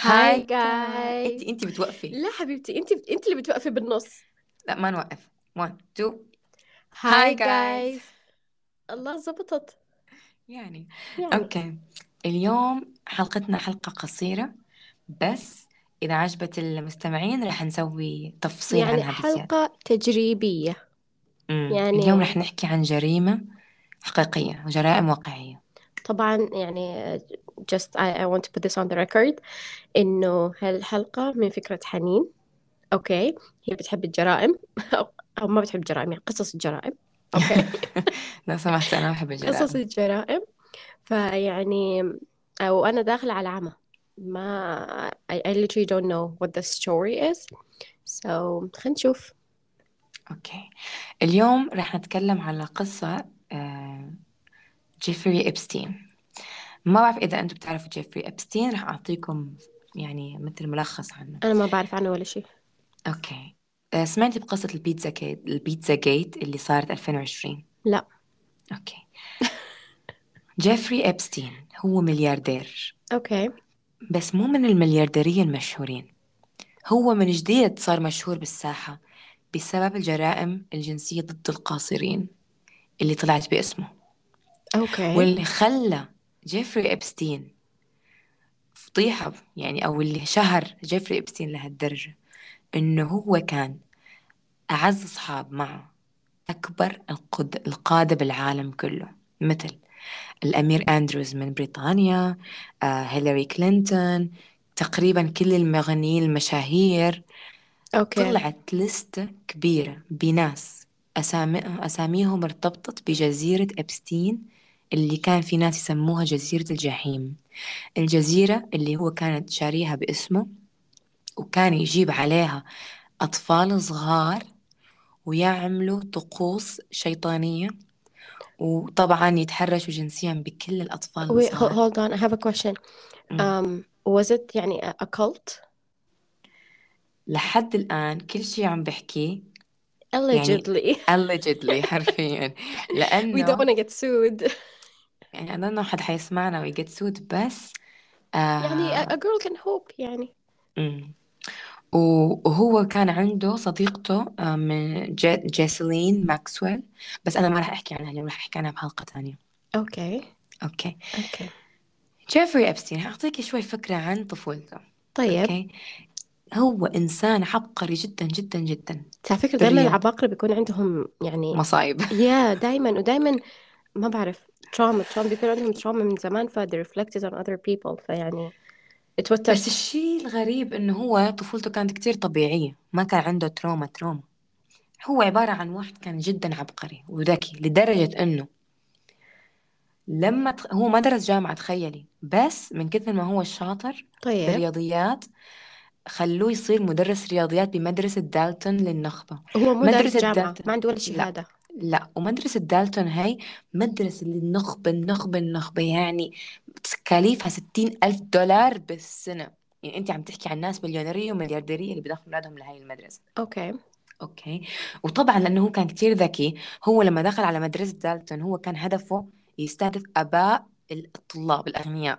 هاي هاي جاي انت انت بتوقفي لا حبيبتي انت انت اللي بتوقفي بالنص لا ما نوقف 1 2 هاي هاي جايز جايز الله زبطت يعني يعني اوكي اليوم حلقتنا حلقة قصيرة بس اذا عجبت المستمعين رح نسوي تفصيل يعني عنها بزيادة حلقة تجريبية امم اليوم يعني رح نحكي عن جريمة حقيقية جرائم واقعية طبعا يعني just I, I want to put this on the record انه هالحلقة من فكرة حنين اوكي هي بتحب الجرائم او او ما بتحب الجرائم يعني قصص الجرائم اوكي لو سمحت انا احب قصص الجرائم الجرائم فيعني أو أنا داخلة على عمى ما I, I literally don't know what the story is so خلينا نشوف اوكي اليوم رح نتكلم على قصة آه، جيفري إبستين ما بعرف إذا أنتم بتعرفوا جيفري إبستين رح أعطيكم يعني مثل ملخص عنه أنا ما بعرف عنه ولا شيء أوكي آه، سمعتي بقصة البيتزا جيت البيتزا جيت اللي صارت 2020 لا أوكي جيفري إبستين هو ملياردير أوكي بس مو من المليارديرين المشهورين هو من جديد صار مشهور بالساحة بسبب الجرائم الجنسية ضد القاصرين اللي طلعت باسمه أوكي واللي خلى جيفري إبستين فضيحة يعني أو اللي شهر جيفري إبستين لهالدرجة إنه هو كان أعز أصحاب مع أكبر القد... القادة بالعالم كله مثل الأمير أندروز من بريطانيا آه، هيلاري كلينتون تقريبا كل المغنيين المشاهير أوكي طلعت لستة كبيرة بناس أسامي... أساميهم ارتبطت بجزيرة إبستين اللي كان في ناس يسموها جزيرة الجحيم الجزيرة اللي هو كانت شاريها باسمه وكان يجيب عليها أطفال صغار ويعملوا طقوس شيطانية وطبعا يتحرشوا جنسيا بكل الأطفال wait ho- الصغار hold on I have a question أمم. um, was it يعني a, a cult لحد الآن كل شيء عم بحكيه يعني allegedly allegedly حرفيا we don't لأنه want to get sued يعني أنا إنه حد حيسمعنا ويجت سود بس يعني a, آه a girl can hope يعني أمم. وهو كان عنده صديقته آه، من جي جيسلين ماكسويل بس أنا ما راح أحكي عنها اليوم راح أحكي عنها بحلقة تانية أوكي أوكي أوكي جيفري أبستين هأعطيك شوي فكرة عن طفولته طيب أوكي هو إنسان عبقري جدا جدا جدا على فكرة دايما بريليانت العباقرة بيكون عندهم يعني مصايب يا دايما ودايما ما بعرف تراما تراما بيكون عندهم تراما من زمان ف they reflected on other people فيعني بس اتوترت الشيء الغريب إنه هو طفولته كانت كتير طبيعية ما كان عنده تروما تروما هو عبارة عن واحد كان جدا عبقري وذكي لدرجة إنه لما تخ... هو ما درس جامعة تخيلي بس من كثر ما هو شاطر طيب بالرياضيات خلوه يصير مدرس رياضيات بمدرسة دالتون للنخبة هو مو دارس مدرسة جامعة دالتون ما عنده ولا لا شهادة لا ومدرسة دالتون هاي مدرسة للنخبة النخبة النخبة يعني تكاليفها ستين ألف دولار بالسنة يعني أنت عم تحكي عن ناس مليونيرية ومليارديرية اللي بدخلوا أولادهم لهاي المدرسة اوكي أوكي وطبعا لأنه هو كان كتير ذكي هو لما دخل على مدرسة دالتون هو كان هدفه يستهدف آباء الطلاب الأغنياء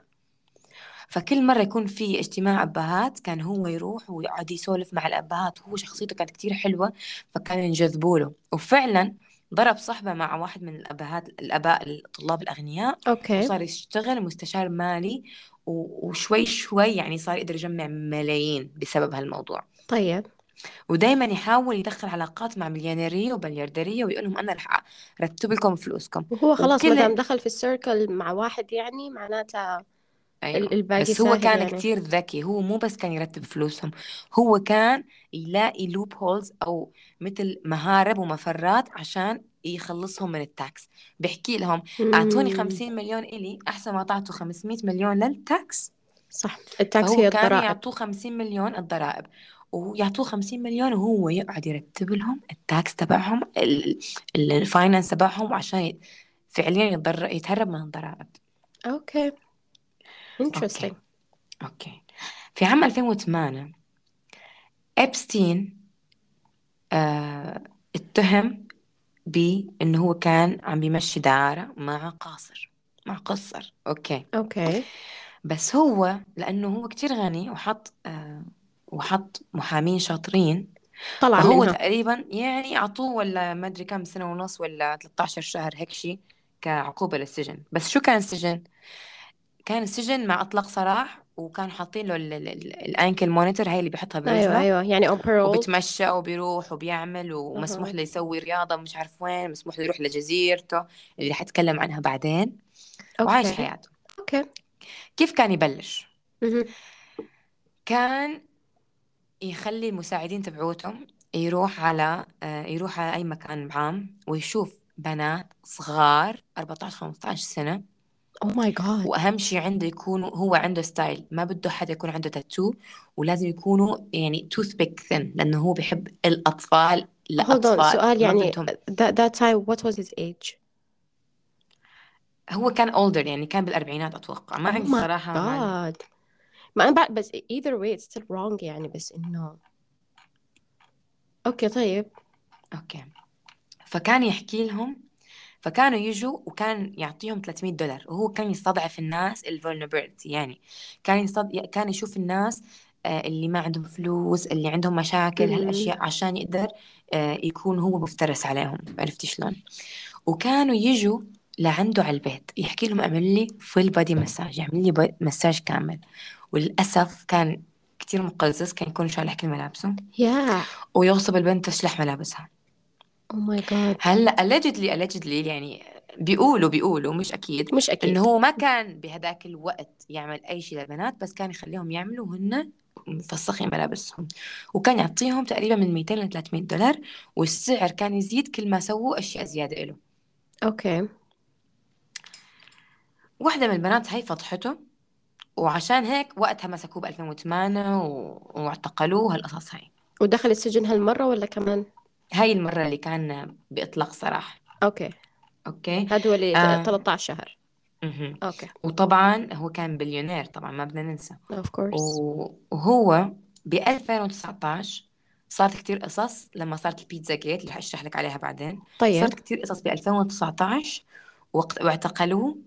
فكل مرة يكون في اجتماع أبهات كان هو يروح ويقعد يسولف مع الأبهات وهو شخصيته كانت كتير حلوة فكانوا ينجذبوا له وفعلا ضرب صحبة مع واحد من الأبهات الآباء الطلاب الأغنياء اوكي وصار يشتغل مستشار مالي و- وشوي شوي يعني صار يقدر يجمع ملايين بسبب هالموضوع طيب ودايما يحاول يدخل علاقات مع مليونيرية وبليارديرية ويقول لهم أنا رح أرتب لكم فلوسكم وهو خلاص ما دام وكل دخل في السيركل مع واحد يعني معناته ال- ايوه الباقي بس هو سهل كان يعني كتير ذكي هو مو بس كان يرتب فلوسهم هو كان يلاقي لوب هولز او مثل مهارب ومفرات عشان يخلصهم من التاكس بحكي لهم اعطوني امم 50 مليون الي احسن ما اعطيته 500 مليون للتاكس صح التاكس فهو هي كانوا الضرائب يعطوه 50 مليون الضرائب ويعطوه 50 مليون وهو يقعد يرتب لهم التاكس تبعهم الفاينانس تبعهم عشان ي- فعليا يتضر- يتهرب من الضرائب اوكي اوكي interesting اوكي في عام 2008 ابستين آه اتهم بانه هو كان عم بيمشي دعارة مع قاصر مع قصر اوكي اوكي بس هو لأنه هو كتير غني وحط آه وحط محامين شاطرين طلع فهو منها تقريبا يعني عطوه ولا ما أدري كم سنة ونص ولا 13 شهر هيك شيء كعقوبة للسجن بس شو كان السجن؟ كان السجن مع إطلاق سراح وكان حاطين له ال- ال- ال- الأنكل مونيتور هاي اللي بيحطها ايوه برجله ايوه يعني اون بارول وبيتمشى وبيروح وبيعمل ومسموح اها له يسوي رياضة مش عارف وين مسموح له يروح لجزيرته اللي حتكلم عنها بعدين وعايش اوكي حياته اوكي كيف كان يبلش؟ مهم. كان يخلي المساعدين تبعوتهم يروح على آه، يروح على أي مكان عام ويشوف بنات صغار 14 15 سنة او Oh ماي جاد وأهم شيء عنده يكون هو عنده ستايل ما بده حدا يكون عنده تاتو ولازم يكونوا يعني توث بيك ثن لأنه هو بيحب الأطفال hold on لأطفال سؤال ما يعني بدهم that, that time what was his age هو كان اولدر يعني كان بالأربعينات أتوقع ما oh عندي my صراحة معلومة god ما انا بعد بس either way it's still wrong يعني بس انه اوكي طيب أوكي فكان يحكي لهم فكانوا يجوا وكان يعطيهم 300 دولار وهو كان يستضعف الناس الفولنربيلتي يعني كان يستض... كان يشوف الناس آه، اللي ما عندهم فلوس اللي عندهم مشاكل امم هالأشياء عشان يقدر آه، يكون هو مفترس عليهم عرفتي شلون وكانوا يجوا لعنده على البيت يحكي لهم اعمل لي فول بادي مساج يعمل لي بو- مساج كامل وللأسف كان كتير مقزز كان يكون شالح كل ملابسه yeah ويغصب البنت تشلح ملابسها oh my god هلا allegedly allegedly يعني بيقولوا بيقولوا مش اكيد مش انه اكيد هو ما كان بهداك الوقت يعمل اي شيء للبنات بس كان يخليهم يعملوا هن مفسخين ملابسهم وكان يعطيهم تقريبا من 200 ل 300 دولار والسعر كان يزيد كل ما سووا اشياء زياده له اوكي واحده من البنات هاي فضحته وعشان هيك وقتها مسكوه ب 2008 و... واعتقلوه هالقصص هاي ودخل السجن هالمرة ولا كمان هاي المره اللي كان باطلاق سراح اوكي اوكي هذا هو اللي ت- آه... 13 شهر مهم. اوكي وطبعا هو كان بليونير طبعا ما بدنا ننسى of course و- وهو ب 2019 صارت كتير قصص لما صارت البيتزا جيت اللي حشرح لك عليها بعدين طيب صارت كتير قصص ب 2019 وقت واعتقلوه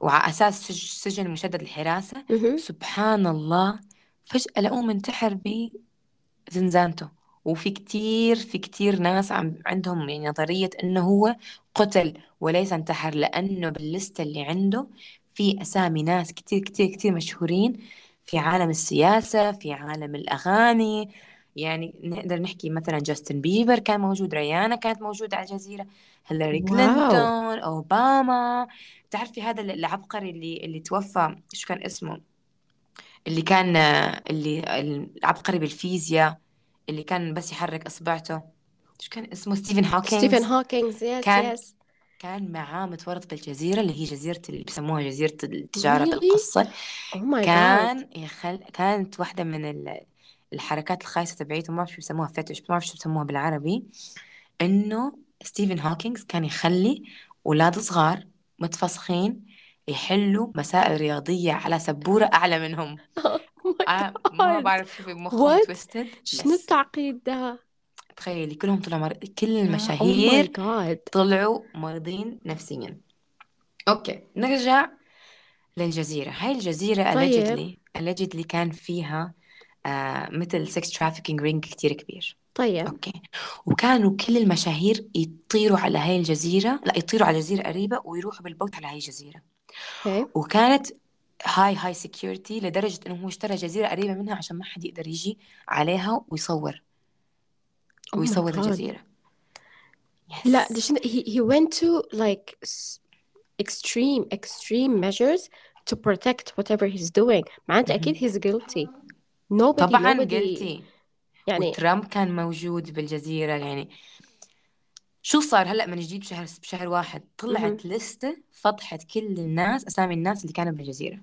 وعلى أساس سج- سجن مشدد الحراسة امم سبحان الله فجأة لقوه منتحر بزنزانته وفي كتير في كتير ناس عم عندهم يعني نظرية إنه هو قتل وليس انتحر لأنه باللستة اللي عنده في أسامي ناس كتير كتير كتير مشهورين في عالم السياسة في عالم الأغاني يعني نقدر نحكي مثلا جاستن بيبر كان موجود ريانا كانت موجودة على الجزيرة هيلاري واو كلينتون أوباما بتعرفي هذا العبقري اللي اللي توفى شو كان اسمه اللي كان اللي العبقري بالفيزياء اللي كان بس يحرك اصبعته شو كان اسمه ستيفن ستيفن هوكينز هوكينز يس كان يس كان معاه متورط بالجزيرة اللي هي جزيرة اللي بيسموها جزيرة التجارة really بالقصة oh my god كان يخل... كانت واحدة من ال... الحركات الخايسة تبعيته ما بعرف شو بيسموها فتش ما بعرف شو بيسموها بالعربي انه ستيفن هوكينز كان يخلي اولاد صغار متفسخين يحلوا مسائل رياضية على سبورة أعلى منهم oh my آه ما god بعرف شو في مخهم what تويستد شنو بس التعقيد ده تخيلي كلهم طلعوا مر... كل yeah oh my المشاهير god طلعوا مريضين نفسيا اوكي نرجع للجزيرة هاي الجزيرة طيب allegedly allegedly كان فيها آه مثل sex trafficking رينج كتير كبير طيب اوكي وكانوا كل المشاهير يطيروا على هاي الجزيرة لا يطيروا على جزيرة قريبة ويروحوا بالبوت على هاي الجزيرة اوكي وكانت هاي هاي سكيورتي لدرجة انه هو اشترى جزيرة قريبة منها عشان ما حد يقدر يجي عليها ويصور oh my ويصور god الجزيرة لا ده يس شنو he, he went to like s- extreme extreme measures to protect whatever he's doing معناته أكيد مهم. he's guilty nobody طبعا nobody قلتي يعني وترامب كان موجود بالجزيرة يعني شو صار هلأ من جديد بشهر بشهر واحد مهم. طلعت لستة فضحت كل الناس أسامي الناس اللي كانوا بالجزيرة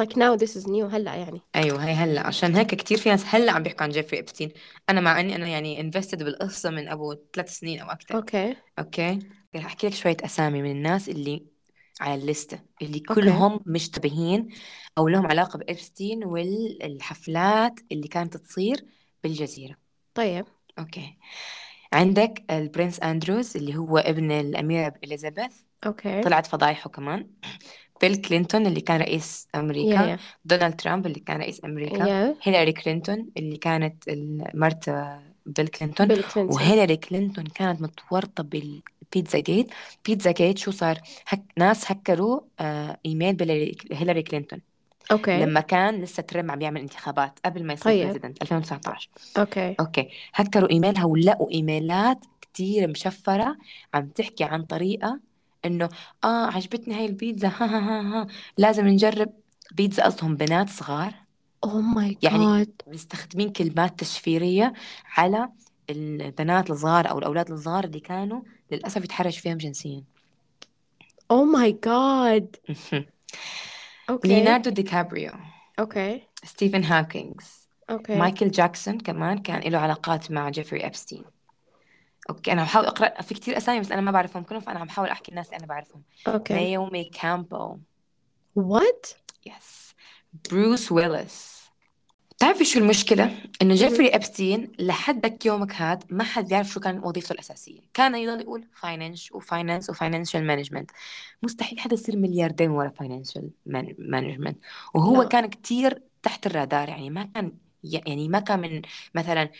like now this is new هلا يعني ايوه هي هلا عشان هيك كتير في ناس هلا عم بيحكوا عن جيفري ابستين انا مع اني انا يعني انفستد بالقصه من ابو ثلاث سنين او اكثر اوكي اوكي رح احكي لك شويه اسامي من الناس اللي على الليستة اللي اوكي كلهم مشتبهين او لهم علاقه بابستين والحفلات اللي كانت تصير بالجزيره طيب اوكي عندك البرنس اندروز اللي هو ابن الاميره اليزابيث اوكي طلعت فضايحه كمان بيل كلينتون اللي كان رئيس يا أمريكا يا دونالد ترامب اللي كان رئيس أمريكا يا هيلاري كلينتون اللي كانت ال- مرت بيل كلينتون بيل كلينتون وهيلاري كلينتون كانت متورطة بالبيتزا جيت بيتزا جيت شو صار هك... ناس هكروا آه، إيميل بيل- هيلاري كلينتون اوكي لما كان لسه ترامب عم بيعمل انتخابات قبل ما يصير إيه. طيب بريزيدنت 2019 اوكي اوكي هكروا ايميلها ولقوا ايميلات كتير مشفرة عم تحكي عن طريقة انه اه عجبتني هاي البيتزا ها ها ها ها لازم نجرب بيتزا قصدهم بنات صغار او ماي يعني جاد مستخدمين كلمات تشفيرية على البنات الصغار او الاولاد الصغار اللي كانوا للاسف يتحرشوا فيهم جنسيا او ماي جاد اوكي ليوناردو دي كابريو اوكي ستيفن هاكينجز اوكي مايكل جاكسون كمان كان له علاقات مع جيفري ابستين اوكي انا بحاول اقرا في كتير اسامي بس انا ما بعرفهم كلهم فانا عم بحاول احكي الناس اللي انا بعرفهم اوكي نايومي كامبو وات يس بروس ويلس تعرفي شو المشكلة؟ إنه جيفري أبستين لحد ذاك يومك هاد ما حد بيعرف شو كان وظيفته الأساسية، كان يضل يقول فاينانس وفاينانس وفاينانشال مانجمنت، مستحيل حدا يصير ملياردير من ورا فاينانشال مانجمنت، وهو لا كان كتير تحت الرادار يعني ما كان يعني ما كان من مثلا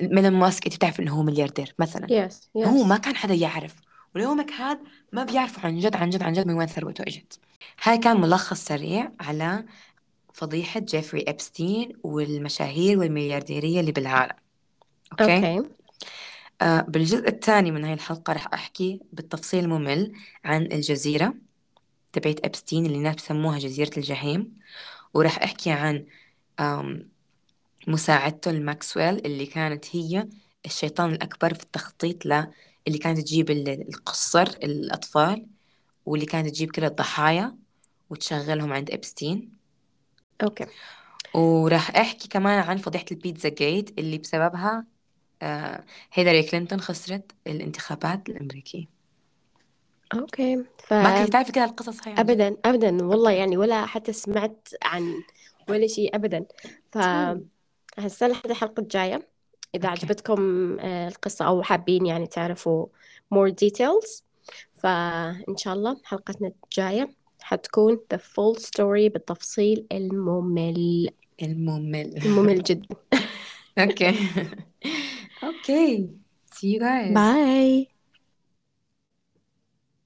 ميلون ماسك أنت بتعرف إنه هو ملياردير مثلا، يس هو ما يس كان حدا يعرف وليومك هاد ما بيعرفوا عن جد عن جد عن جد من وين ثروته اجت هاي كان ملخص سريع على فضيحة جيفري أبستين والمشاهير والمليارديرية اللي بالعالم أوكي اوكي آه بالجزء الثاني من هاي الحلقة رح أحكي بالتفصيل الممل عن الجزيرة تبعت أبستين اللي الناس بسموها جزيرة الجحيم ورح أحكي عن آم، مساعدته لماكسويل اللي كانت هي الشيطان الأكبر في التخطيط ل اللي كانت تجيب ال- القصر الأطفال واللي كانت تجيب كل الضحايا وتشغلهم عند أبستين اوكي وراح أحكي كمان عن فضيحة البيتزا جيت اللي بسببها آه هيلاري كلينتون خسرت الانتخابات الأمريكية اوكي ما كنت ف تعرفي كده القصص هاي عن جد ابدا ابدا والله يعني ولا حتى سمعت عن ولا شيء ابدا ف مم. هسه لحد الحلقة الجاية إذا طيب. أوكي عجبتكم آه، القصة أو حابين يعني تعرفوا more details فإن شاء الله حلقتنا الجاية حتكون the full story بالتفصيل الممل الممل الممل جدا أوكي أوكي see you guys باي